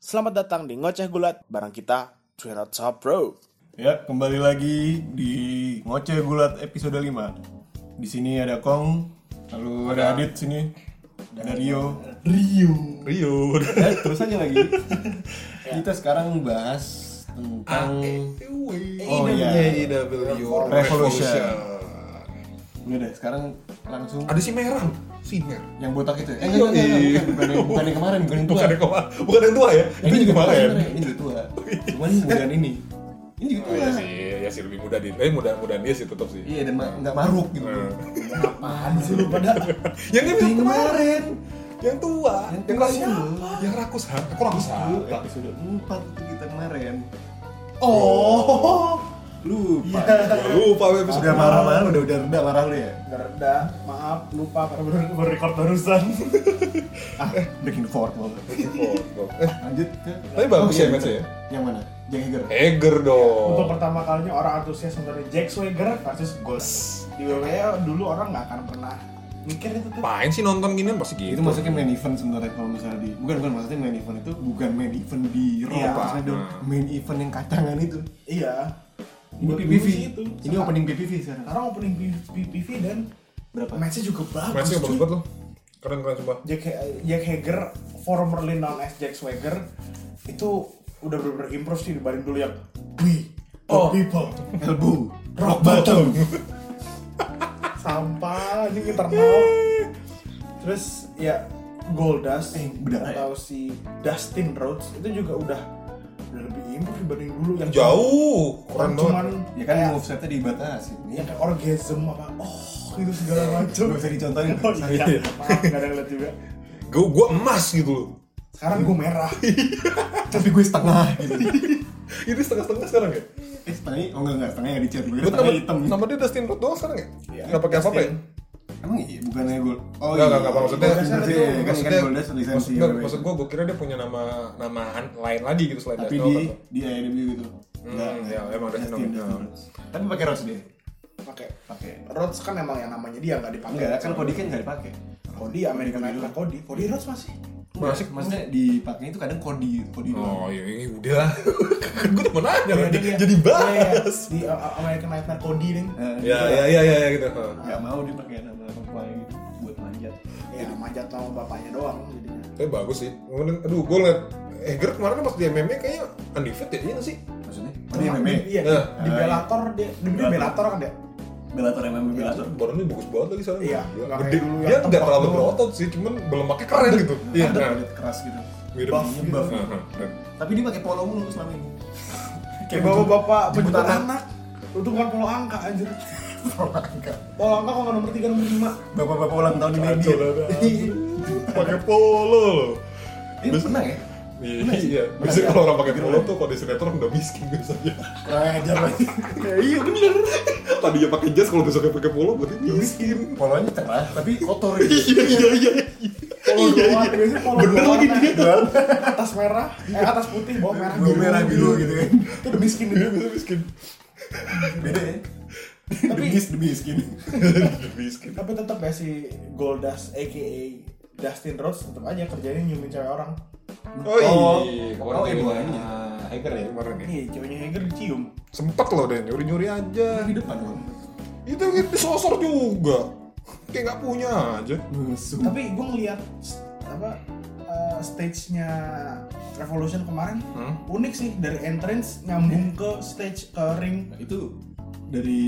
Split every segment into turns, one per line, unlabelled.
Selamat datang di Ngoceh Gulat bareng kita Twinot Shop Pro.
Ya, kembali lagi di Ngoceh Gulat episode 5. Di sini ada Kong, lalu ada, Adit sini, ada Rio.
Rio.
Rio. terus aja lagi. Ya. Kita sekarang bahas tentang Oh,
Oh
iya.
iya. Rio.
Revolution. Udah deh, sekarang langsung
Ah. Ada si Merang, si Mer.
yang botak itu. ya? Eh,
Iya,
enggak, enggak,
iya.
enggak, bukan, yang- bukan yang kemarin, bukan yang tua.
Bukan yang kemarin, bukan yang tua
Eh,
ya? Itu yang
tua
kemarin. iya.
sebenarnya, ini juga tua. Cuman bukan ini. Ini juga
Oh
tua.
iya sih, ya sih lebih muda din. Eh muda muda dia sih tetap sih.
Iya, dan ma- nggak maruk gitu.
Apaan sih lu pada?
Eh. Yang ini
Yang
kemarin, yang tua,
Yang tua
yang rakus,
siapa?
yang rakus ha? Aku rakus ha?
Itu Episode 4 itu kita kemarin.
Oh,
Lupa.
Gua Lupa gue episode
Udah marah-marah, udah udah udah marah lu ya.
Gerda, maaf lupa karena baru, baru record barusan.
Ah, breaking forward lo.
Eh,
Lanjut ke.
Tapi bagus
iya,
ya, match-nya ya? Eh,
Yang mana? Jack Hager.
Eger
Untuk
dong.
pertama kalinya orang antusias mencari Jack Swagger versus Ghost. Di WWE dulu orang nggak akan pernah mikir itu tuh.
Pain sih nonton ginian pasti gitu.
Itu maksudnya main event sebenarnya kalau misalnya di bukan bukan maksudnya main event itu bukan main event di Raw
Iya.
maksudnya itu
Hmm.
main event yang kacangan itu.
Iya.
Ini
Buat
PPV.
dulu sih itu.
Ini
Sekarang-
opening PPV sekarang.
Sekarang opening P- PPV dan
Berapa?
matchnya juga bagus.
Matchnya
cuy.
bagus banget loh. Keren keren coba.
Jack, Jack Hager, formerly known as Jack Swagger, itu udah bener-bener improve sih dibanding dulu yang We, the
Oh.
people,
Elbow.
rock bottom. Sampah, anjing internal. Terus ya Goldust
Eh, bener ya?
atau si Dustin Rhodes itu juga udah udah lebih improve dibanding dulu yang
Jauh,
orang
keren
cuman
banget.
Ya kan
kayak-
movesetnya dibatasi. Ini
yang Iya, kayak orgasm apa oh itu segala macam
Nggak bisa dicontohin.
oh, iya.
Iya.
maaf nggak ada yang lihat juga
Gue gue emas gitu loh.
sekarang gue merah
tapi gue setengah gitu.
Ini setengah setengah sekarang ya.
Eh setengahnya, oh enggak enggak setengahnya di chat gue
Betul,
setengahnya
nama,
hitam.
nama dia Dustin Roth doang sekarang ya? Nggak pakai apa-apa ya?
Emang iya bukannya gue. Oh
Enggak, enggak, enggak, maksudnya-
maksudnya kan kan
maksudnya-
Goldust lisensi.
Maksud,
WWE.
maksud gue, gue kira dia punya nama namaan lain lagi gitu selain
tapi
Dustin
di
Roth.
di AEW gitu. Enggak,
Hmm,
enggak.
ya, emang Dustin
Dustin,
Roth.
Dustin Roth. Tapi pakai Rose dia.
pakai
Pakai.
Rhodes kan emang yang namanya dia nggak dipakai
Enggak, kan Cody kan enggak dipakai.
Cody American Idol lah, Cody Cody Rhodes masih
Masih maksudnya dipakai itu kadang Cody Cody doang. Eh,
Oh iya, iya udah. kan gue cuma nanya,
Iya,
jadi,
dia-
jadi
Iya, iya.
bahas.
di uh, American Nightmare Cody nih
Eh, dia
Ya, ya, ya, ya, ya gitu.
Enggak mau dipakai nama perempuan gitu buat manjat.
ya manjat sama bapaknya doang jadinya
Tapi bagus sih. Kemudian, aduh, gue liat Eger kemarin kan pas di MMA kayaknya undefeated ya, iya nggak sih?
Maksudnya? Oh, dia MMA.
iya
Nah.
di Bellator dia di dia Bellator kan dia
Bellator MMA
Iya.
Bellator.
Badannya bagus banget lagi soalnya.
Iya,
Gila.
nggak kayak
gede.
dulu yang
Dia nggak
tempat
terlalu
doang.
berotot sih, cuman belemaknya keren gitu. Iya,
Ada
nah,
kulit keras gitu.
mirip.
buff gitu.
Buff. Heeh, heeh.
Tapi dia pakai polo mulu selama ini. gitu.
kayak bapak-bapak
jemput
penjemput
anak.
anak itu bukan polo angka anjir
Polo angka.
polo angka kok nggak nomor tiga nomor lima
Bapak-bapak ulang tahun di media.
Kacau dadah. Pakai polo loh.
Ini menang ya?
Iya,
Bener
biasanya
ya?
kalau orang pakai
Bener
polo
ya?
tuh kalau di sinetron udah miskin biasanya.
Kurang ajar lagi.
Ya, iya bener. Tadinya pakai jas kalau besoknya pakai polo berarti miskin.
Polonya cerah tapi kotor gitu.
Iya iya iya.
polo doang biasanya polo
Bener
dua
lagi
warna.
dia.
atas merah eh atas putih bawah merah
Bawah merah biru gitu kan.
itu udah miskin
Iya
itu
bisa miskin.
Beda ya.
Tapi-
Demis demis gini.
Udah miskin.
tapi tetap ya si Goldust aka Dustin Rhodes tetap aja kerjanya nyumin cewek orang
Oh iya.
Oh, ibuannya.
Hacker ya kemarin ya.
iya ceweknya Hager dicium
Sempet loh deh nyuri nyuri aja.
Di depan kan.
Itu yang disosor juga. Kayak nggak punya aja.
Musuh.
tapi gue ngeliat st- apa eh, stage-nya Revolution kemarin
Hmm?
unik sih dari entrance nyambung ke stage ke ring
Nah, itu dari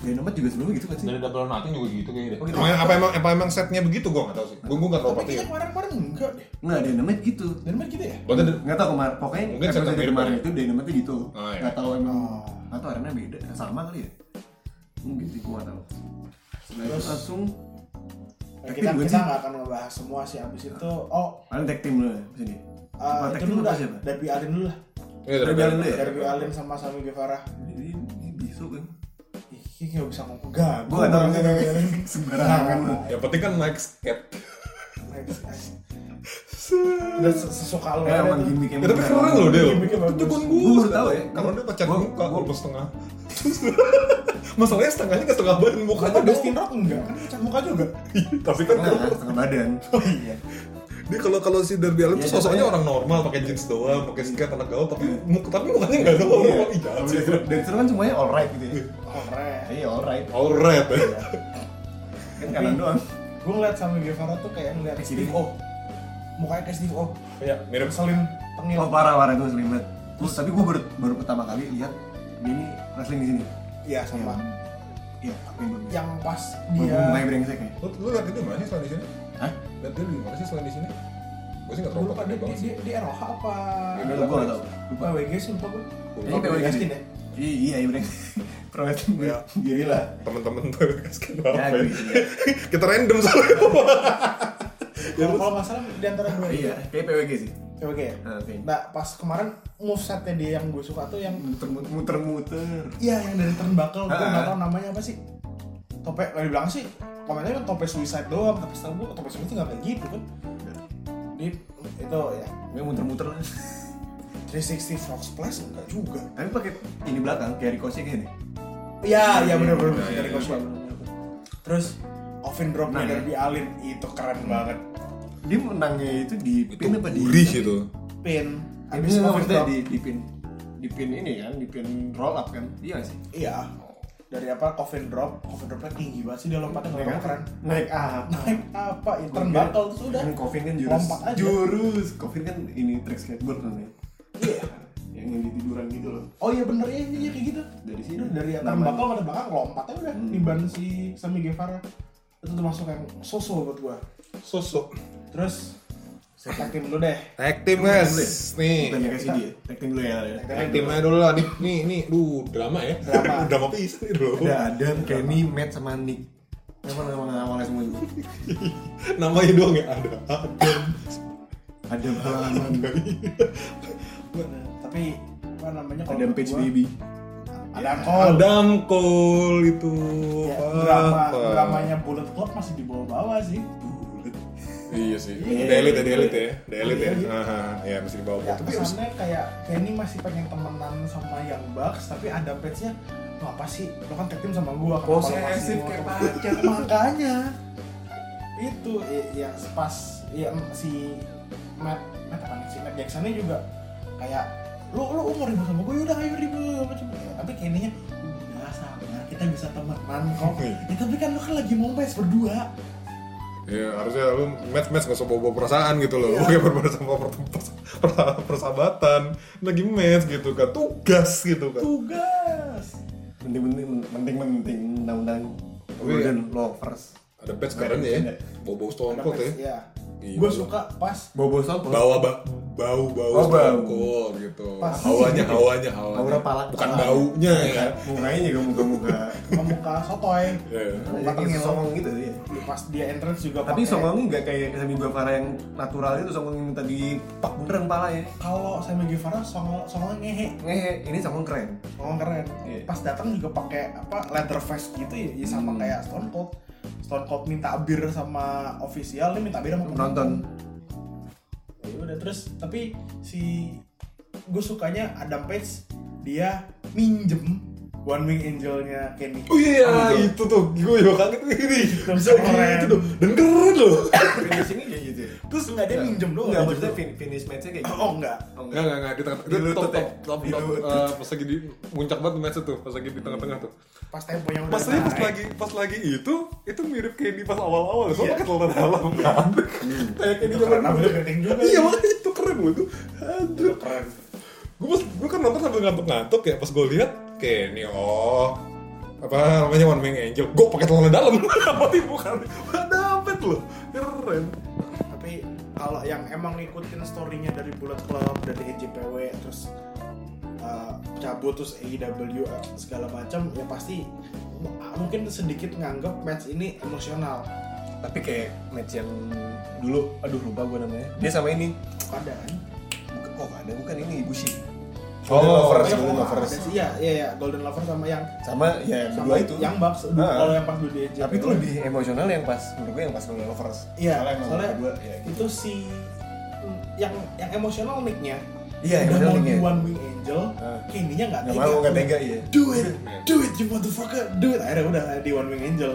Dynamite juga sebelumnya gitu kan sih?
dari double or nothing juga gitu kayaknya deh.
Oh, gitu.
Emang apa emang apa emang setnya begitu gua nggak tahu sih. Gua gua nggak tahu
tapi
pasti. ya.
kayaknya kemarin-kemarin enggak deh
Nggak, Dynamite gitu.
dan mana kita ya
Berarti ada-
Nggak tahu kemarin, pokoknya
Mungkin
episode
setup mirip
kemarin
kali.
itu Dynamite gitu.
Oh, iya.
Nggak tahu emang,
Oh.
nggak tahu arenanya beda, sama kali ya? Mungkin sih, gua nggak tahu. Setelah itu
Terus-
langsung
Nah,
Tapi
kita
gue
kita
sih-
nggak akan ngebahas semua sih abis itu oh
paling tag team dulu ya, sini.
eh,
Apa tag
itu
team
dulu
apa
dah
siapa?
Darby Allin dulu
Iya,
lah
Dari
dari-
Allen dulu ya?
Darby Allin sama Sami Guevara
Jadi ini besok kan?
Ih, kayaknya nggak bisa ngomong gak
Gua nggak tahu
Nah,
sembarangan. lu.
Yang penting kan naik skate.
udah se- sesuka lo
Eh,
aja
emang
tuh.
gimmick yang
Ya, tapi keren
beneran.
loh Del.
Gimiknya bagus.
Itu kan
iya, Gua
gue
baru tahu ya.
Karena dia pacar
Gua-
muka
gua-
gue setengah. Terus masalahnya setengahnya ke setengah badan mukanya
Kata
doang.
Iya,
Dustin Rock enggak kan cat muka juga
Tapi kan
Setengah, setengah badan.
oh iya
Dia kalau kalau si Darby Allin
Iya,
tuh sosoknya
contohnya.
orang normal, pakai jeans doang, pakai skirt anak gaul, tapi muka tapi mukanya nggak gaul.
Iya.
Iya,
Kalau
sih.
dancer- Dancer kan semuanya alright gitu ya.
Keren.
Iya alright.
Alright.
Iya. Kan kanan doang.
Gue ngeliat Sammy Guevara tuh kayak ngeliat
Kayak
Steve
Steve
O. Mukanya kayak Steve O.
Iya, mirip.
Ngeselin, tengil.
Oh parah parah itu sering banget. Terus tapi gue baru, baru pertama kali lihat dia ini wrestling di sini.
Iya sama.
Iya, tapi yang
Yang pas
Iya.
dia.
Mulai brengsek ya.
Lu lu lihat itu mana sih selain di sini?
Hah?
Lihat dia di mana sih selain di sini? Gue sih nggak
Gue
terlalu
lupa
paham
dia,
dia banget
dia,
sih.
dia ROH apa?
Gue gak tau. Lupa.
PWG sih lupa gue.
Ini
Kayaknya PWG Justin ya?
Iya, iya, iya, brengsek. Iya. Pro wrestling gerila.
Temen-temen tuh kasih
Ya,
apa?
gitu ya.
Kita random soalnya.
Kalau kalau nggak salah di antara dua itu.
Iya, kayak PWG sih.
PWG ya?
Nah, oke.
Nah pas kemarin move setnya dia yang gue suka tuh yang
Muter-muter. muter-muter.
Iya yang dari turnbuckle, gue
Ah.
nggak tahu namanya apa sih. Tope, kalau dibilang sih komennya kan tope suicide doang, tapi setahu gue tope suicide nggak kayak gitu kan. Di itu ya
Ya muter-muter lah.
360 Fox Plus enggak juga.
Tapi pakai ini belakang kayak ricochet gini.
Iya, iya benar benar
iya, iya,
dari
iya.
Ghostbusters. Terus Ovin drop
Nah,
nya
iya.
dari Alin itu keren banget.
Dia menangnya itu di pin apa di?
Gurih itu.
Pin
Habis
habis Ovin
maksudnya
drop.
di, di pin di pin ini kan, di pin roll up kan? Iya sih.
Iya. Dari apa Ovin drop, Ovin dropnya tinggi banget sih dia
Iya.
lompatnya nggak apa-apa, keren.
Naik apa?
Naik apa? Ya, turnbuckle terus udah.
Kan Coffin kan jurus.
Lompat aja.
Jurus. Coffin kan ini trik skateboard kan ya.
Iya.
Yang yang di tiduran gitu loh.
Oh iya bener iya, iya kayak gitu.
Dari sini
Itu dari antara
namanya.
bakal pada bakal lompatnya udah
Hmm.
di ban si Sammy Guevara. Itu termasuk yang sosok buat gua.
Sosok.
Terus saya tag team dulu deh.
Tag team
Dulu ya?
guys. Nih.
Bukannya kasih dia. Tag team dulu ya. ya.
Tag
Tag team aja dulu lah. Nih, nih, nih. Duh, drama ya.
Drama.
drama pisan nih dulu.
Ada Adam, Kenny, Matt sama Nick. Nama nama awalnya semua itu.
Namanya doang ya ada. Ada.
Ah, Adam Halaman.
Tapi apa namanya kalau
Adam
menurut
Page Iya,
gua,
Baby.
Adam Cole.
Adam Cole itu.
Ya,
Apa?
drama dramanya Bullet Club masih di bawah-bawah sih.
Iya sih.
Iya.
Udah elit ya, udah elit ya. Udah elit ya.
Iya, iya.
Aha, Iya, mesti dibawa.
Ya,
Tapi
kesannya kayak Kenny masih pengen temenan sama Young Bucks, tapi Adam Page-nya "Lu apa sih? Lo kan tag team sama gua, kenapa lu masih
Posesif
mau
kayak
temen-" Makanya itu i- ya pas ya em, si Matt Matt apa nih? si Matt Jacksonnya juga kayak lu lu umur ribut sama gue udah ayo ribut macam tapi Kenny-nya udah sama kita bisa temenan kok ya, tapi kan lu kan lagi mau match berdua
ya harusnya lu match-match gak usah bawa perasaan gitu loh. Lu kayak berperasaan bawa persahabatan. Lagi match gitu kan. Tugas gitu kan.
tugas
Penting penting penting penting undang-undang
Oh, iya.
Golden Lovers.
Ada patch keren ya.
Ada.
Bawa-bawa Stone Cold ya.
ya.
Iya.
Gue suka pas
Bobo Sopo.
bawa ba bau bau
Oh, bau.
alkohol gitu
Pas.
hawanya hawanya hawanya
Aura pala. Iya.
bukan baunya ya
Mukanya juga muka-muka.
memuka sotoy.
Iya.
Muka
Tengil.
songong gitu ya.
Pas dia entrance juga
Tapi
pakai-
songongnya nggak kayak Sami Guevara yang natural itu songong yang tadi pak beneran pala ya.
kalau Sammy Guevara songong songong ngehe
Ngehe, ini songong keren.
songong Oh, keren
Iya.
pas datang juga pakai apa leather vest gitu ya, ya sama kayak Stone Cold Stone Cold minta bir sama official dia minta bir sama penonton.
Penonton
ya udah terus tapi si gue sukanya Adam Page dia minjem One Wing Angelnya Kenny
oh iya
Apa tuh?
itu tuh gue juga kaget ini
Keren.
bisa gitu tuh dan keren loh
finishingnya kayak gitu. ya?
terus nggak dia minjem doang
Enggak maksudnya fin- finish matchnya kayak gitu.
oh enggak
Oh,
Enggak,
enggak.
enggak, enggak, di tengah
Di
itu
lutut
top,
ya?
top, top,
Di
top,
lutut.
Eh, pas lagi di puncak banget match itu, pas lagi di tengah-tengah tuh.
pas tempo yang udah
Pas lagi, pas
naik.
lagi, pas lagi itu, itu mirip Kenny pas awal-awal, soalnya pakai celana dalam kan. Kayak Kenny zaman dulu.
Iya. Hmm. karena udah gede juga ya.
Iya, makanya itu keren loh itu. Anjir.
keren
Gue pas, gue kan nonton sambil ngantuk-ngantuk ya, pas gue lihat Kenny, oh apa namanya One Wing Angel, gue pakai celana dalam, apa sih bukan? Wah, dapet loh, keren.
tapi kalau yang emang ngikutin story-nya dari Bullet Club dari EJPW terus uh, cabut terus AEW uh, segala macam ya pasti m- mungkin sedikit nganggap match ini emosional
Tapi kayak match yang dulu, aduh lupa gue namanya. Dia sama ini.
ada kan
Bukan, oh nggak ada, bukan ini Ibushi.
Oh,
Lovers,
iya,
Golden
iya.
Lovers.
ada sih iya iya iya, Golden Lover sama yang
Sama ya
sama
berdua itu.
yang Bucks
Ah.
kalau yang pas dulu di EJPW
Tapi itu lebih emosional yang pas menurut gue yang pas Golden Lovers.
iya
emang
soalnya
kedua, ya, gitu.
itu si yang yang emosional nicknya
Iya,
udah
emosional
mau di
nicknya.
One Wing Angel
Ah.
kayaknya nggak
nggak mau nggak tega ya.
do it, do it, you motherfucker, do it. Akhirnya udah di One Wing Angel.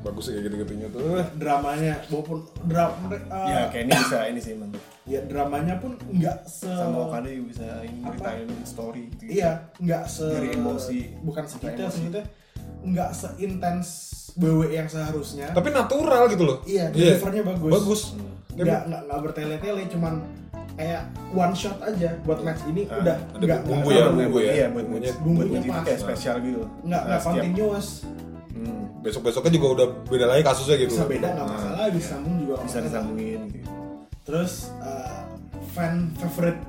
bagus sih kayak gitu-gitunya tuh
dramanya walaupun drama
ya kayaknya bisa ini sih emang
ya dramanya pun nggak se
sama Okada juga bisa ini ceritain story gitu
Eh, iya nggak se
Dari emosi.
bukan sedikit
Emosi.
maksudnya nggak seintens BW yang seharusnya
tapi natural gitu loh
Iya, delivernya bagus. Hmm.
bagus Dia
nggak nggak nggak bertele-tele cuman kayak one shot aja buat match ini
Ah,
udah
ada
nggak
bumbu
nggak-
ya,
nggak-
bumbu ya.
iya buat
Bumbunya-
buat buat
bumbunya
itu
pas.
kayak spesial gitu
nggak
Nah,
nggak
setiap-
continuous
hmm,
besok besoknya juga udah beda lagi kasusnya gitu
bisa beda nggak masalah bisa sambung juga nggak
Iya. bisa
masalah.
disambungin gitu
terus eh, fan favorite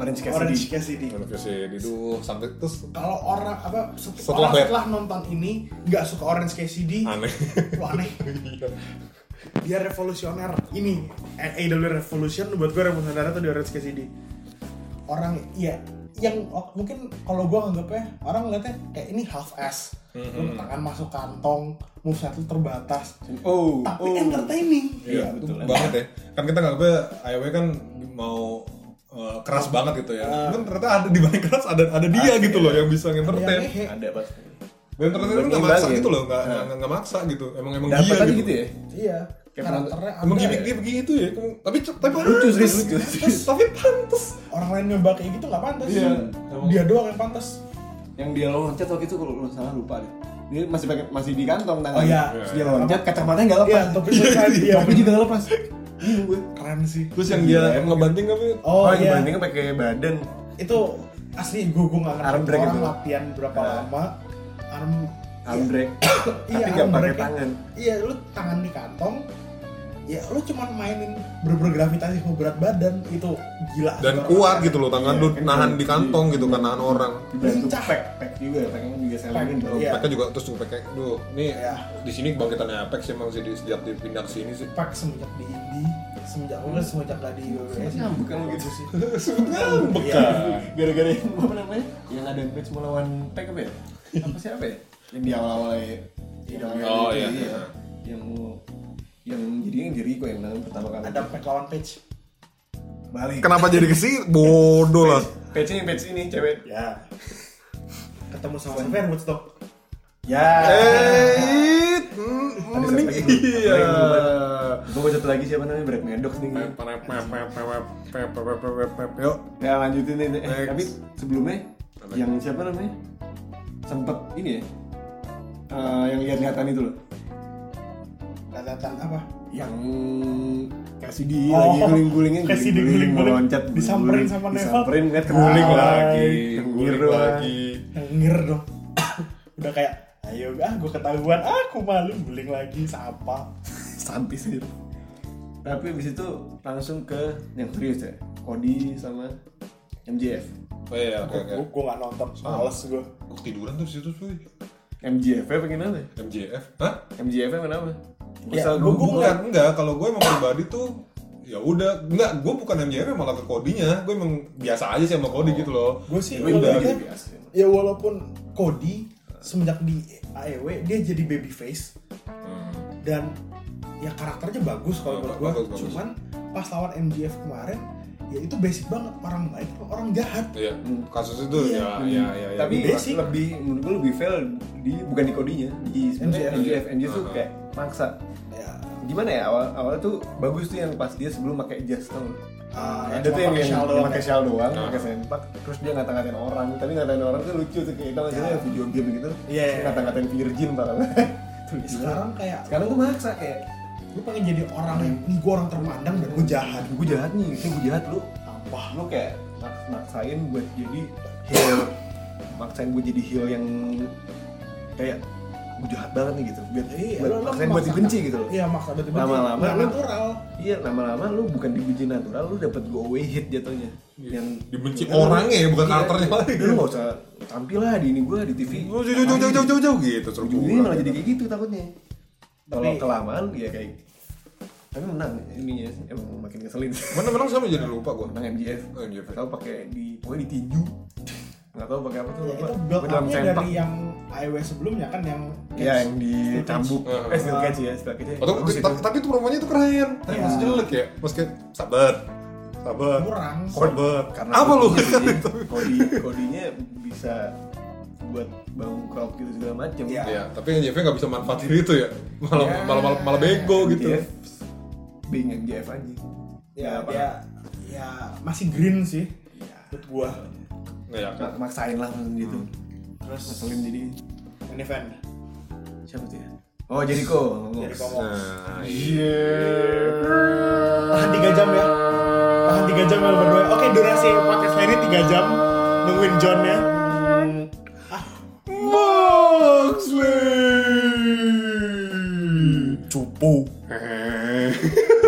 Orange Cassidy
Orange Cassidy
Menurut gue sih Didu sampai terus
kalau orang apa set-
Setelah
orang
lihat.
setelah nonton ini nggak suka Orange Cassidy
aneh
lu aneh
Iya.
dia revolusioner ini A- AEW Revolution buat gue revolusioner itu di Orange Cassidy orang ya yang o- mungkin kalau gue anggapnya orang ngeliatnya kayak ini half ass
Mm-hmm.
lu tangan masuk kantong moveset lu terbatas
oh
tapi
oh
entertaining
Iya,
Iya,
betul.
betul banget ya. Kan kita nggak gue IW kan mau uh, keras banget gitu ya.
Ah.
Kan ternyata ada di balik keras ada ada dia
Ada.
gitu loh yang bisa
Ada yang
Iya,
entertain.
ngehe.
ada pasti
Dan ternyata itu nggak maksa
Ngimbangin.
gitu loh, nggak
Nah.
nggak nggak maksa gitu. Emang
Oh,
emang
dapat
dia
aja
gitu.
gitu ya
iya
Kayak
karakternya
Emang
ada
gimmick dia begitu ya. Emang- Tapi tapi
Lucu sih, lucu.
Pantes, tapi pantes.
orang lain nyoba kayak gitu nggak pantas
Iya,
emang.
dia doang yang pantas
yang dia loncat waktu itu kalau nggak salah lupa deh dia masih pakai masih di kantong tangan
Oh, iya.
terus dia loncat kacamatanya nggak lepas
Iya, topi selesai, iya.
Topi juga nggak lepas bingung gue
keren sih
Terus yang dia
Iya,
ngebanting
ya.
tapi
oh,
yang
iya
bandingnya pakai badan
itu asli gue gue nggak
Arm
ngerti
drag
orang
gitu.
latihan berapa
Nah.
lama arm
arm drag
iya,
tapi nggak
arm
pakai
drag-nya.
tangan
iya lu tangan di kantong ya lu cuman mainin berber gravitasi sama berat badan itu gila
dan
Orang-
kuat gitu loh
Ah, Iya,
tangan lu
kan Iya.
nahan
dia-
di kantong gitu kan nahan orang.
dibantu
Lincah.
pack pack juga packnya juga selingin
Pack,
dong
iya.
Mereka juga terus juga pakai, duh, ini
Iya.
di sini kebangkitannya Apex emang sih di- sejak dipindah ke sini sih.
pak semenjak di indie semenjak hmm. semenjak nggak di WWE
Kayaknya bukan gitu sih Iya.
Sebenarnya
Iya.
bekas.
gara-gara yang apa namanya yang ada match melawan pack apa ya apa sih apa ya yang di awal-awal ya Yang di awal-awal
Oh,
itu,
iya.
yang yang jadi yang Jericho yang menang pertama kali
ada pack lawan page
balik
Kenapa jadi ke sini? Bodoh lah.
Page ini, page ini, cewek.
ya ketemu sama Xavier Woodstock
Ya.
Eh, mm,
Tadi
mending
sampai dulu.
iya.
Sampai dulu. Gua satu lagi siapa namanya Brad Maddox nih.
Yuk,
Ya lanjutin ini. Eh,
Next.
tapi sebelumnya
Apa?
yang siapa namanya? Sempet ini ya. eh, yang lihat-lihatan itu loh.
datang apa
Yang kasih di
Oh,
lagi guling-gulingnya
kasih di guling-guling.
meloncat
Disamperin
guling-guling,
sama Neville. Ah,
disamperin ngeliat ke
guling
bawah.
lagi,
Yang
guling
biru.
lagi.
yang ngir dong udah kayak ayo ah gue ketahuan ah, aku malu guling lagi sapa
Santis gitu. Tapi abis itu langsung ke yang serius ya. Cody sama MJF.
Oh iya, oke oke.
gue gue nggak nonton
Ah.
males gue
Kok tiduran tuh di situ cuy?
MJF -nya pengen apa?
MJF? Hah?
MJF -nya pengen apa?
Ya,
Misal gue
gua- gua-
Bukan, enggak. Kalau gue emang pribadi tuh ya udah enggak gue bukan MJF malah ke kodinya gue emang biasa aja sih sama kodi gitu loh
gue sih
Win
kalau
dari
lihat,
biasa.
ya walaupun Cody semenjak di AEW dia jadi baby face
Hmm.
dan ya karakternya bagus
Oh,
kalau menurut
bagus,
gue
bagus.
cuman pas lawan MJF kemarin ya itu basic banget orang baik sama orang jahat
iya
Hmm.
kasus itu ya ya ya ya.
tapi
basic.
lebih menurut gue lebih fail di bukan di kodinya di
MJF.
sebenarnya MJF MJF tuh
Uh-huh.
kayak maksa
ya
gimana ya awal awalnya tuh bagus tuh yang pas dia sebelum pakai jas tau nggak?
ah,
ada
cuma
tuh yang
pakai
yang
shawl
yang
doang
pakai
ya.
shawl doang
Nah.
pakai sempak terus dia ngata-ngatain orang tapi ngatain orang tuh lucu tuh kayak tau nggak sih
Ya.
yang video game gitu
Iya, iya, iya.
ngata-ngatain virgin parah Tuh,
Ya,
gila.
sekarang kayak
sekarang tuh maksa kayak
gue pengen jadi orang yang nih gue orang terpandang dan gue jahat
gue jahat nih ini gue jahat lu
tambah
lu kayak mak- maksain buat jadi heel maksain buat jadi heel yang kayak gue jahat banget nih gitu biar
Iya,
buat,
lu- lu
maksain buat
memaksakan.
dibenci gitu loh
Iya, maksa buat dibenci.
Lama-lama
Nggak
lu-
natural.
iya lama-lama lu bukan dibenci natural lu dapet go away hit jatuhnya
Iya.
yang
Dibenci
Iya, lu-
orangnya ya, bukan
iya,
karakternya lagi.
lu gak usah tampil lah di ini gua di TV
Oh, jauh jauh jauh jauh jauh jauh gitu suruh
ujungnya malah
pulang.
jadi kayak gitu takutnya kalau
Tapi-
kelamaan ya kayak tapi menang ini ya emang makin ngeselin sih.
Mana menang sama jadi lupa gue.
menang MJF
Oh, MJF.
nggak tahu pakai di pokoknya ditinju nggak tahu pakai apa tuh
Ya,
lupa.
itu
Pokoknya
build up-nya
sempak.
dari yang IW sebelumnya kan yang
Iya, yang dicambuk
Heeh.
eh steel cage ya steel cage
Atau
Bagus itu.
tapi, tapi itu promonya itu keren. Tapi
Iya.
masih jelek ya. Mas kayak sabar. Sabar.
kurang
Sabar.
karena
apa lu?
kodinya- kodi kodinya bisa buat bangun crowd gitu segala macem
Iya.
Iya, tapi NJF nggak bisa manfaatin itu ya. Malah
Iya.
Ya.
malah malah, malah bego gitu.
NJF ya. being NJF
Iya,
aja
ya,
apa
ya, ya masih green sih menurut gua
Nggak ya kan.
Iya. mak- maksain lah maksudnya gitu
Hmm.
terus
ngeselin jadi
main event
siapa tuh ya oh Jericho
jadi ngomong
Nah,
tahan 3 jam ya tahan 3 jam ya lu berdua oke durasi podcast lainnya 3 jam nungguin John ya
Moxley Cupu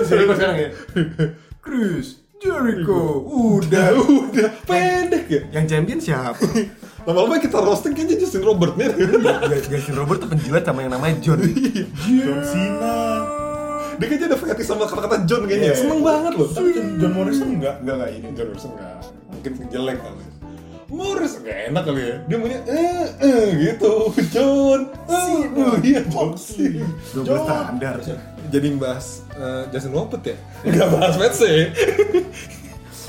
Serius sekarang ya? Chris Jericho Udah
Ya udah pendek ya.
Yang champion siapa?
Lama-lama kita roasting kayaknya Justin Robert nih.
Justin Robert tuh penjilat sama yang namanya John Iya.
John Cena
Dia kayaknya ada fanatis sama kata-kata John kayaknya.
Iya.
Seneng banget loh.
tapi John, John Morrison enggak
Enggak enggak ini
John Morrison nggak mungkin jelek kali. Morris nggak enak kali ya. Dia maunya eh eh gitu. John. Eh, oh, iya John sih.
Udah
John.
berstandar
Jadi bahas eh, Justin Robert ya. Nggak bahas Messi.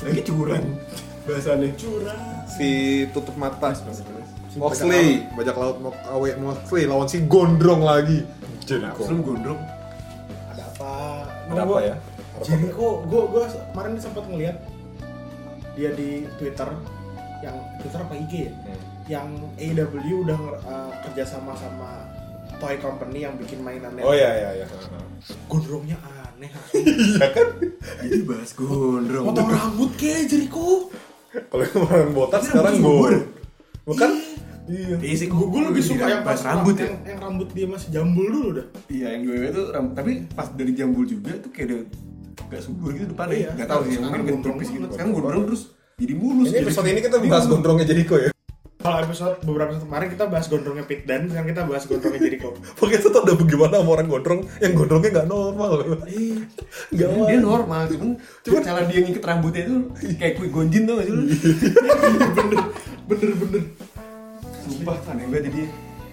Lagi curang Bahasannya
curang
si tutup mata Moxley bajak laut Mo- awe Moxley lawan si gondrong lagi
Sebelum gondrong
ada apa
Ada apa ya?
jadi kok gua gua kemarin sempat ngeliat dia di Twitter yang Twitter apa IG ya yang AEW udah nger- eh, kerja sama sama toy company yang bikin mainannya
oh ya ya ya
gondrongnya aneh
iya kan
Jadi bahas gondrong
potong rambut ke Jericho
kalau kemarin
Tapi
botak sekarang
rambut
gue
subur.
bukan
iya
Basic
gue lebih suka yang
bahas
pas
rambut ya
yang, yang rambut dia masih jambul dulu dah
Iya yang gue itu rambut tapi pas dari jambul juga tuh kayak ada gak subur gitu depannya.
Iya,
Iya, gak tahu sih
sekarang
mungkin
gondrong
tipis gitu.
banget.
Sekarang gondrong terus jadi mulus.
ini episode ini kita bahas gondrongnya Jericho ya
kalau episode beberapa episode kemarin kita bahas gondrongnya Pit Dan sekarang kita bahas gondrongnya Jericho
pakai itu tau udah bagaimana sama orang gondrong yang gondrongnya nggak normal nggak
Dia- dia normal cuman cuman cara dia ngikat rambutnya itu kayak kue gonjin tuh gak sih lu? Iya.
bener bener bener
Sumpah aneh banget dia.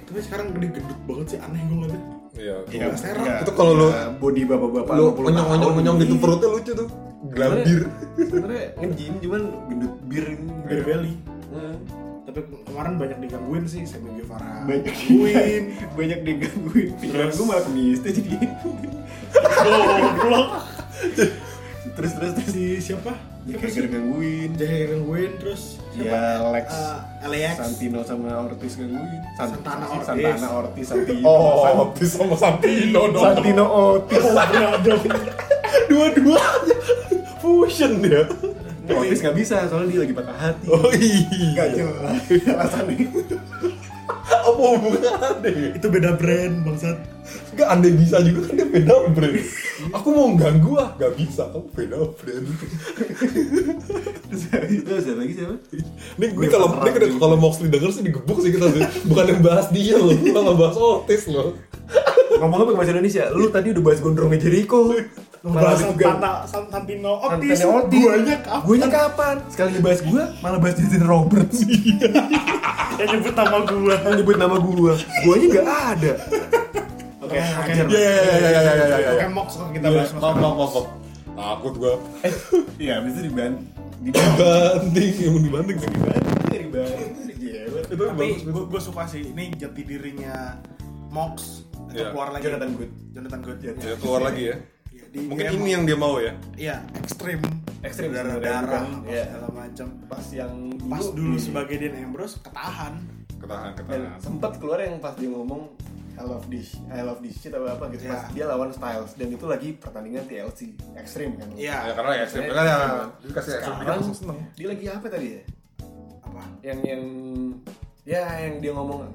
tapi sekarang gede gendut banget sih aneh gue ngeliatnya
iya
Iya, serem.
Itu kalau lu-
ya, body bapak-bapak
lu
60
onyong onyong
tahun.
onyong gitu perutnya lucu tuh
Sebenarnya-
glambir
Sebenarnya ngejim cuman gendut bir ini.
Beer belly
Hmm.
tapi ke- kemarin banyak digangguin sih Sammy Guevara
Banyak
digangguin
banyak digangguin. Pikiran gue malah kemistis jadi. gitu.
goblok
Terus terus terus.
si siapa
Ya
siapa sih
gara-gara gangguin.
Jaya gangguin terus siapa
Ya Lex.
Eh, LAX.
Santino sama Ortiz gangguin. Sant-
Santana Ortiz.
Santana Ortiz Santino.
oh Otis sama Santino
San-
dong
Santino Ortiz.
dua-duanya fusion dia
Ortiz nggak bisa soalnya dia lagi patah hati.
oh iya
jelas alasannya.
apa hubungannya
itu beda brand bangsat
gak aneh bisa juga kan dia beda brand aku mau ganggu ah gak bisa kamu beda brand
Terus habis itu ada lagi siapa?
ini gue kalau ini kalau- kalau Moxley denger sih digebuk sih kita sih bukan yang bahas dia loh kita nggak bahas Otis loh
Ngomong apa ke bahasa Indonesia? Lu tadi udah bahas gondrongnya Jericho.
Bahas
juga-
Santana Santantino Otis
Santana Ortiz.
guanya kapan
Guanya kapan? Sekali dibahas gua, malah bahas Justin Roberts.
yang nyebut nama gua
Yang nyebut nama gua, guanya nggak ada.
oke oke
Ajar.
ya ya ya ya ya ya
oke
ya
mox kita bahas Mox.
maaf maaf maaf maaf. takut gue
Eh, iya, habis itu diban, diban,
dibanting yang mau dibanting sih
diban, diban.
itu
tapi
bagus
gua, gua suka sih ini jati dirinya Mox itu
Iya.
keluar lagi
Jonathan Good.
Jonathan Good ya,
ya keluar lagi ya
Iya, di-
mungkin
dia
ini
emang-
yang dia mau ya
iya ekstrim
Ekstrim
darah
sebenarnya,
darah
bukan-
apa
iya.
segala macam
Pas yang
pas dulu Nah.
di-
sebagai Dean Ambrose ketahan
ketahan
dan
Iya,
ketahan
sempat keluar yang pas dia ngomong I love this, I love this shit apa apa gitu pas
Iya.
dia lawan Styles dan itu lagi pertandingan TLC ekstrim kan
iya
Ya karena ya ekstrim kan ya dikasih ekstrim dikit
sekarang
langsung seneng.
dia lagi apa tadi ya
apa
yang yang ya yang dia ngomong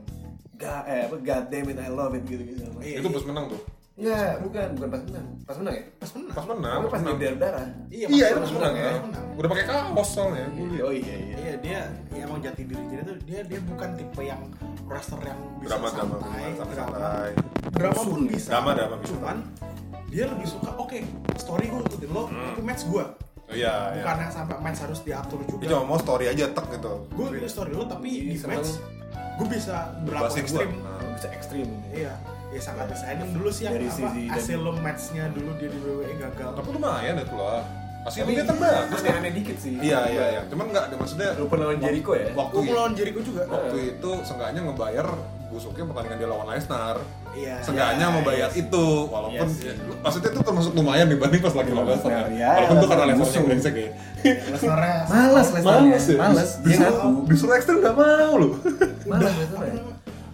God, eh, apa, God damn it, I love it gitu gitu
Iya.
Itu pas menang tuh.
Nggak, bukan, bukan pas menang Pas menang ya?
Nah, pas menang
Pas menang.
Tapi pas
menang.
di darah-darah
Iya, itu
pas
pas
menang,
menang
pas
ya.
menang.
Udah pakai kaos soalnya.
Oh iya iya
Iya
Gitu.
dia, ya emang jati diri dia tuh dia dia bukan tipe yang wrestler yang bisa
Drama drama
santai,
santai
drama.
santai.
Drama pun bisa.
Drama, drama bisa.
Cuman dia lebih suka oke story gue ikutin lo, itu match gue.
Oh, Iya, Hmm. iya.
Bukan yang sampai match harus diatur
Dia
juga.
cuma mau story aja tek gitu.
Gue ini story lo tapi
Iya,
di
seneng.
match gue bisa berapa
Bahasa
ekstrim.
gua. Nah,
Bisa ekstrim
Iya, ya sangat disayangin dulu sih yang
Dari
apa
sisi dan-
Asylum matchnya dulu dia di WWE E gagal.
Tapi lumayan itu lah. Pasti
Tapi
dia bagus
aneh aneh dikit sih
Iya iya iya. Cuman nggak ada maksudnya
lupa lawan Jericho ya
waktu
Gue melawan Jericho juga.
waktu itu seenggaknya ngebayar busuknya pertandingan dia lawan Leicester.
Iya.
Seenggaknya
Iya,
membayar itu walaupun
Iya sih.
ya, maksudnya itu termasuk lumayan dibanding pas lagi lawan Leicester. kan.
Iya,
walaupun itu karena
lawan
Leicester yang
musuh.
brengsek ya.
Lesnarnya.
malas
Males ya.
malas dia nggak
iya.
Disuruh,
mau
disuruh ekstrim nggak mau loh.
malas
ya?
apa
Leicester
namanya?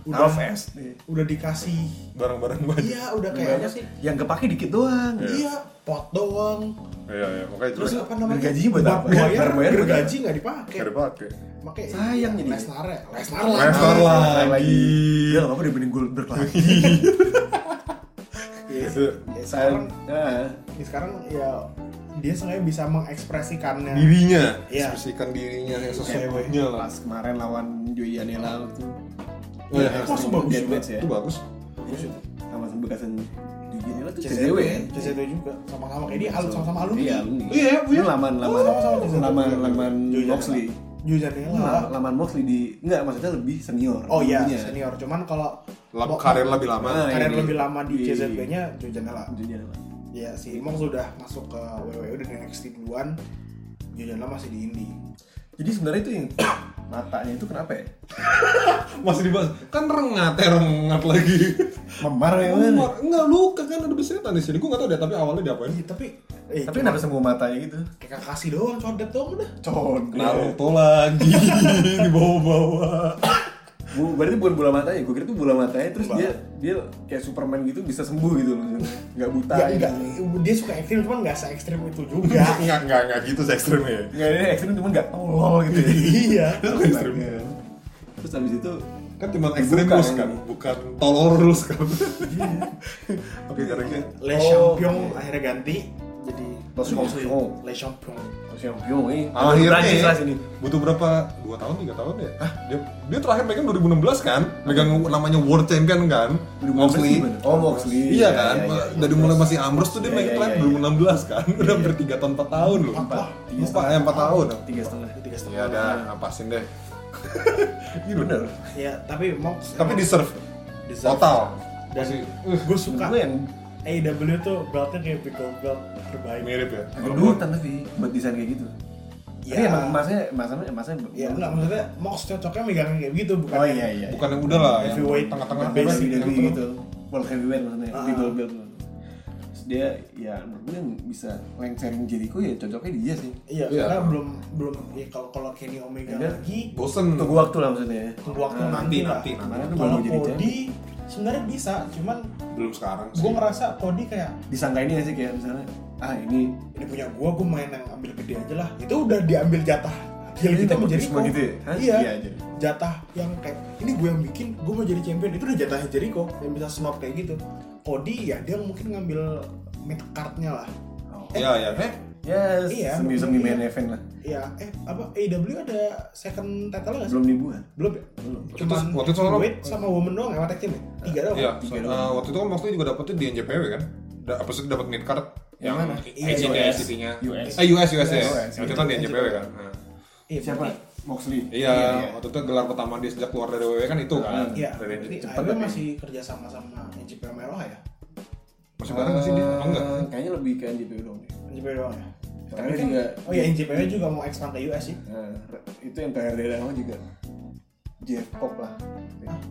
Udah,
Half SD.
udah dikasih.
Barang-barang banyak.
Iya, udah
kayaknya
kayaknya
sih yang kepake dikit doang
Iya, pot doang.
Iya iya makanya
Terus apa namanya?
Bergajinya buat apa?
Bayar,
Bayar- bayar buat
bergaji nggak dipakai.
Gak dipakai.
Makanya
Sayang jadi.
Lesnar ya. Lesnar lah.
Leicester lagi.
lagi. Ya, apa dibanding Goldberg lagi.
Iya.
Itu.
Ya, sekarang,
Sayang. Ah.
ya, sekarang ya dia sengaja bisa mengekspresikannya.
Dirinya,
Iya.
ekspresikan dirinya yang sesungguhnya
Kayaknya
lah.
pas kemarin lawan Joey Anela waktu
Iya,
Yang
masa bagus
dead
juga?
match ya.
Itu bagus.
Sama bekasan Joey Anela tuh
CZW.
CZW. ya?
CZW juga sama-sama kayak dia alu- sama-sama alumni.
eh? Iya, Oh, alumni.
Iya,
Ini laman laman
sama-sama CZW.
laman laman
Joey Janela.
Moxley.
Joe Janela.
Ini la- Laman Moxley di enggak maksudnya lebih senior.
Oh iya,
dulunya.
senior. Cuman kalau
Lab,
Mo-
karir lebih lama.
Ah,
karir
ini.
lebih lama di
Di-
CZW-nya Joe Janela.
Joey Janela.
Ya si Mox sudah masuk ke E, WWE dan NXT duluan. Joe Janela masih di Indie.
Jadi sebenarnya itu yang matanya itu kenapa ya?
Masih dibahas. Kan rengat ya rengat lagi.
Memar ya kan?
Umar, enggak luka kan ada besetan di sini. Gue enggak tahu deh tapi awalnya diapain.
Iya, tapi eh,
Tapi kenapa semua matanya gitu?
kayak kasih doang, codet doang udah.
Con.
Naruto lagi di bawah-bawah.
Bu, berarti bukan bola matanya, gue kira itu bola matanya terus dia dia kayak Superman gitu bisa sembuh gitu loh Nggak buta
Ya,
gitu.
enggak, dia suka ekstrim cuman nggak se ekstrim itu juga.
Enggak enggak enggak gitu se ekstrim ya.
Nggak ada ekstrim cuma nggak tolol gitu ya
iya.
Itu kan ekstrim.
Terus abis itu
Kan cuma ekstrim
Bukan.
rus kan, bukan tolol rus kan. Oke, sekarang ya. ini.
Le
Oh.
Champion akhirnya ganti jadi
Los Champions.
Iya. Le Champion.
Champion eh Prancis
Akhirnya ya.
lah sini
butuh berapa? 2 tahun, 3 tahun ya? Hah? Dia, dia terakhir megang 2016 kan? Megang namanya World Champion kan?
2016
Moxley.
gimana? Oh, Moxley.
Iya kan?
Iya, iya, iya.
Dari mulai masih Ambrose tuh dia
Iya,
megang
iya,
terakhir
iya,
2016 kan? Udah hampir 3 tahun, 4 tahun loh.
Empat lah.
Tiga
4, 4, 4 tahun.
tiga setengah
Tiga
Ya
setengah.
ada, ngapasin deh.
Iya bener
Ya, tapi Mox
Tapi deserve.
Deserve.
Total.
dan
Masih
gue suka
Gue yang
AEW tuh beltnya kayak pickle belt terbaik.
mirip ya.
kedudukan tapi buat desain kayak gitu
Iya.
Tapi emang emasnya, emasnya, emasnya
Ya enggak maksudnya Mox cocoknya megangnya kayak begitu bukan?
Oh
yang-
iya iya
Bukan yang udah lah, yang
Heavyweight.
tengah-tengah
Basic
apa
basic
yang
WWE
tengah.
gitu world heavyweight maksudnya
Ah.
people belt Terus dia ya menurut gue yang bisa lengserin Jericho ya cocoknya dia sih
Iya,
Iya.
karena belum belum ya kalau kalau Kenny Omega
Iya.
lagi
Bosen.
tunggu waktu lah maksudnya
tunggu waktu
Nah,
nanti, lah.
nanti, nanti.
kemarin tuh baru
Kalau
jadi champion.
Cody sebenarnya bisa, cuman
Belum sekarang sih.
gue ngerasa Cody kayak
disangka ini gak sih kayak misalnya ah ini
ini punya gua, gua main yang ambil gede aja lah itu udah diambil jatah deal
Ini
kita mau jadi
nepotisme gitu ya? Hah?
iya
Iya aja.
jatah yang kayak ini gue yang bikin gue mau jadi champion itu udah jatahnya Jericho yang bisa snob kayak gitu Cody ya dia mungkin ngambil mid cardnya lah
oh,
Iya, iya. Eh,
ya
Iya,
semi semi
mungkin
main
iya.
event lah
ya eh apa AEW ada second title nggak sih
belum dibuat
belum ya
belum
cuman
Itu- waktu itu soalnya-
Wade sama woman doang lewat tag team ya tiga doang
Iya,
Tiga
so-
doang.
eh, waktu itu kan Moxley juga dapetnya di NJPW kan? Da apa sih dapat mid card yang
mana?
Iya,
ICDS
US.
nya
US.
Eh US US ya.
US.
Waktu itu kan di NJPW kan. Nah.
iya
siapa Moxley
Iya, waktu itu gelar pertama dia sejak keluar dari WWE kan itu kan.
Iya,
Dari NJPW.
jadi
Cepet
AEW
tapi.
masih kerja sama sama NJPW Meroha ya?
Masih bareng nggak sih dia? Apa enggak?
Eh, kayaknya lebih ke NJPW dong deh.
NJPW doang ya?
Tapi kan- juga
Oh iya, NJPW juga mau expand ke US sih.
Nah, itu yang terakhir dari lama juga Jeff Cobb lah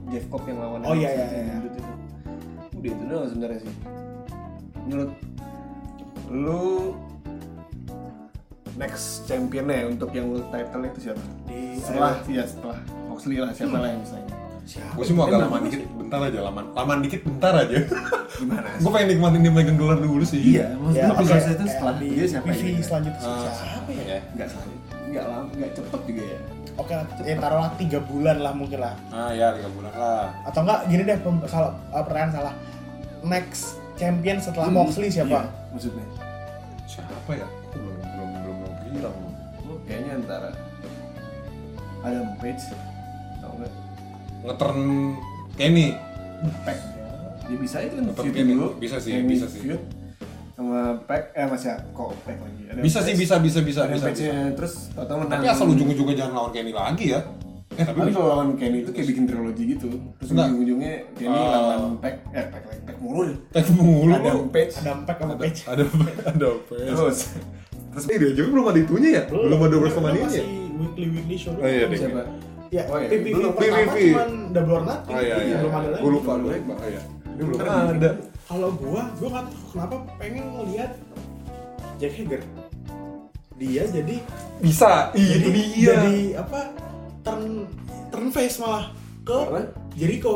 Jeff Cobb yang lawan
Oh, iya,
Anderson
iya, iya, iya.
Gendut itu. udah itu doang sebenarnya sih menurut lu next championnya untuk yang world title itu siapa
Di-
setelah ya setelah Moxley lah siapa lah yang misalnya
Siapa?
Gue sih mau agak
Emang
laman dikit, bentar aja laman. Laman dikit bentar aja.
gimana
Gue pengen nikmatin dia megang gelar dulu sih.
iya maksudnya
Ya,
proses
oke,
itu
eh,
setelah
di
dia Iya, siapa
PV
yang
selanjutnya
Ah.
siapa ya?
Iya.
nggak salah nggak lama nggak cepet juga ya
Oke, lah, ya taruhlah tiga bulan lah mungkin lah.
Ah ya, tiga bulan lah.
Atau enggak gini deh, pem- salah, eh, pertanyaan salah. Next champion setelah Moxley
Iya,
Ah, siapa?
maksudnya
Siapa ya? Aku belum belum belum mau bilang.
Gua Oh, kayaknya antara Adam Page atau enggak
Ngetern Kenny.
Pack dia bisa itu kan
Tetep
feud
gini.
dulu
Bisa sih,
Yang
bisa
di
sih.
feud sama Pack eh masih kok Pack lagi Adam
Bisa
Page.
sih, bisa bisa bisa
Adam
bisa.
Page
bisa.
terus atau menang
Tapi asal ujung-ujungnya jangan lawan Kenny lagi ya. Eh tapi
tapi kalau lawan Kenny itu kayak bikin trilogi gitu terus
Enggak.
ujung-ujungnya Kenny
Ah.
lawan Pack eh Pack lagi Pack mulu deh
Tek mulu.
Adam Page
Ada empat sama Page.
Ada ada apa?
terus
Terus eh, dia juga belum ada itunya ya? Belum, ada WrestleMania nya. ya?
masih weekly weekly show.
Oh iya deh.
Siapa?
Ya,
Oh, iya.
PPV
Belum,
pertama
PPV.
cuman double or nothing.
Oh iya iya.
belum ada lagi.
Gue lupa gue lupa. Oh, iya. Ini belum
Ntar
ada.
Kalau gua, gua nggak tahu kenapa pengen ngeliat Jack Hager. Dia jadi
Bisa. Iya itu
jadi,
dia.
jadi apa? Turn turn face malah ke
Karena?
Jericho.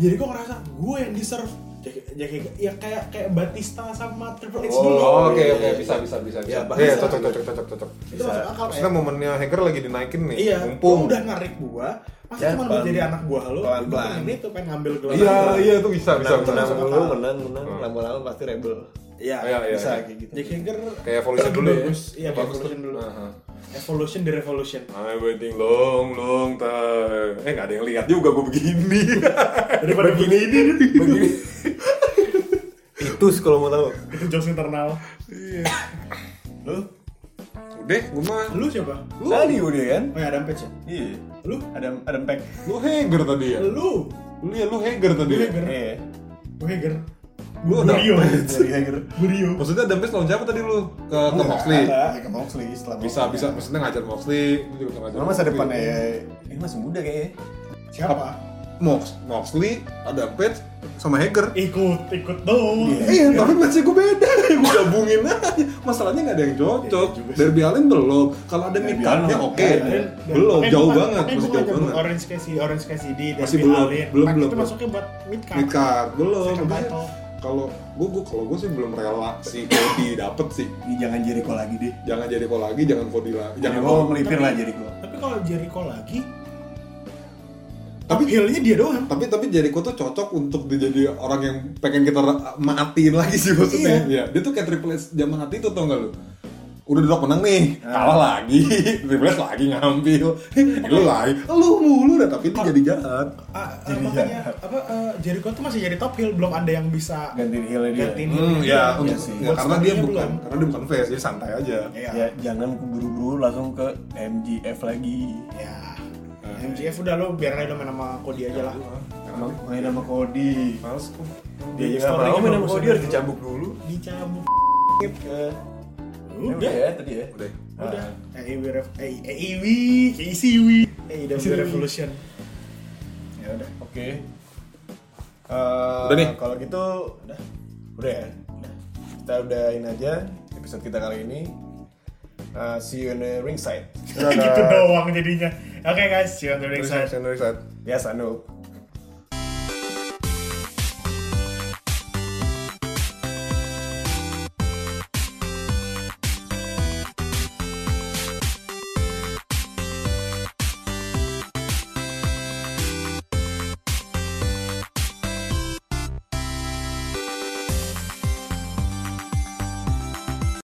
Jericho ngerasa gue yang deserve. Jack, Jack Hager ya kayak kayak Batista sama Triple H dulu.
Oh, oke oke bisa bisa bisa bisa.
Ya,
Iya,
bahasa.
cocok cocok cocok cocok.
Itu masuk akal.
Maksudnya
Pak, ya?
momennya hacker lagi dinaikin nih.
Iya, lu
Mumpung.
udah narik gua, masa
Ya,
cuma mau
pelan-
jadi anak buah lu,
pelan-pelan.
Lu pengen itu pengen ngambil gelar.
Iya iya itu bisa bisa
Menang,
bisa.
menang
bisa.
dulu, menang, menang,
Hmm.
lama-lama pasti rebel.
Iya,
Iya iya.
Bisa
iya.
kayak gitu.
Jack Hager
Kayak evolution dulu ya.
bagus. Iya, kayak
Bagus
evolution
tuh.
dulu.
Aha.
Evolution di revolution.
I'm waiting long long time. Eh nggak ada yang lihat juga gue begini.
Daripada begini ini
Begini. Itu kalau mau tahu.
itu jokes internal.
Lu?
Udah, gue mah.
Lu siapa? Lu.
Tadi udah kan?
Oh ya, ada empec ya?
Iya.
Lu?
Ada ada pack.
Lu hacker tadi ya.
Lu.
Lu ya lu hacker tadi.
Lu
ya?
Hager.
Iya.
Lu Hager.
Lu
Gua
udah-
Rio.
Dari Hager.
Gua Rio.
Maksudnya Dempes lawan siapa tadi lu? Ke ke Moxley.
Ada ke Moxley setelah
Bisa
Moxley.
bisa maksudnya ngajar Moxley, lu juga bisa ngajar.
Cuma masa
Moxley.
depannya ya. Ini masih muda kayaknya.
Siapa?
Mox, Moxley, ada Pet sama Hager.
Ikut, ikut dong.
Iya, tapi matchnya gue beda, gue gabungin aja. Masalahnya nggak ada yang cocok.
Iya juga sih.
Derby Allin belum. Kalau ada
Derby
Nick Cardnya
Allin.
oke,
Dan- dan-
belum
makanya
jauh
Eh, gua-
banget, masih
makanya gua
jauh
ngajak
banget.
Orange Cassidy, Orange Cassidy di
Masih belum, belum,
Makanya
belum,
itu
belum.
masuknya buat mid card.
Nick Card belum.
Second
Jadi,
title.
Kalau gue gue kalau gue sih belum rela si Cody dapet sih.
Ini jangan Jericho lagi deh.
Jangan jadi kok lagi, jangan Cody lagi,
Iya,
jangan
Jericho melipir lah Jericho.
Tapi kalau Jericho lagi, tapi
Tapi-
healnya dia doang.
tapi tapi Jericho tuh cocok untuk dia jadi orang yang pengen kita ra- matiin lagi sih maksudnya. Iya. Dia tuh kayak Triple H zaman nanti itu tau gak lu? Udah duduk menang nih, kalah lagi, Triple H lagi ngambil, Eh, lu lagi, lu mulu dah tapi dia jadi jahat.
Ah, ah, makanya
ya.
apa eh, Jericho tuh masih jadi top heel, belum ada yang bisa
Gantiin heel dia.
gantiin
Hmm, ya,
Iya
untuk,
sih.
ya, karena dia
Story-nya
bukan,
belum.
karena dia bukan face, jadi santai aja.
Iya.
Ya, jangan keburu-buru langsung ke MGF lagi.
Ya. MGF udah lo biar aja lo main sama Cody
Ya,
aja lah.
Karena
Main sama Cody.
males kok.
Dia
Dia
nggak
story-nya
mau main sama
bagus
Cody
aja
harus
dulu.
dicambuk dulu.
Dicabut.
Ya,
Udah.
ya tadi ya.
Udah.
Udah. AEW Rev- A- AEW, AEW, AEW Revolution.
Ya udah. Oke. Eh,
Udah nih?
Kalau gitu udah. Udah ya. Udah. Kita udahin aja episode kita kali ini. Eh, see you in the ringside.
gitu doang jadinya. Oke guys, see you on the
Terus
next
saya- saya nulis saat
Biasa, Nuk.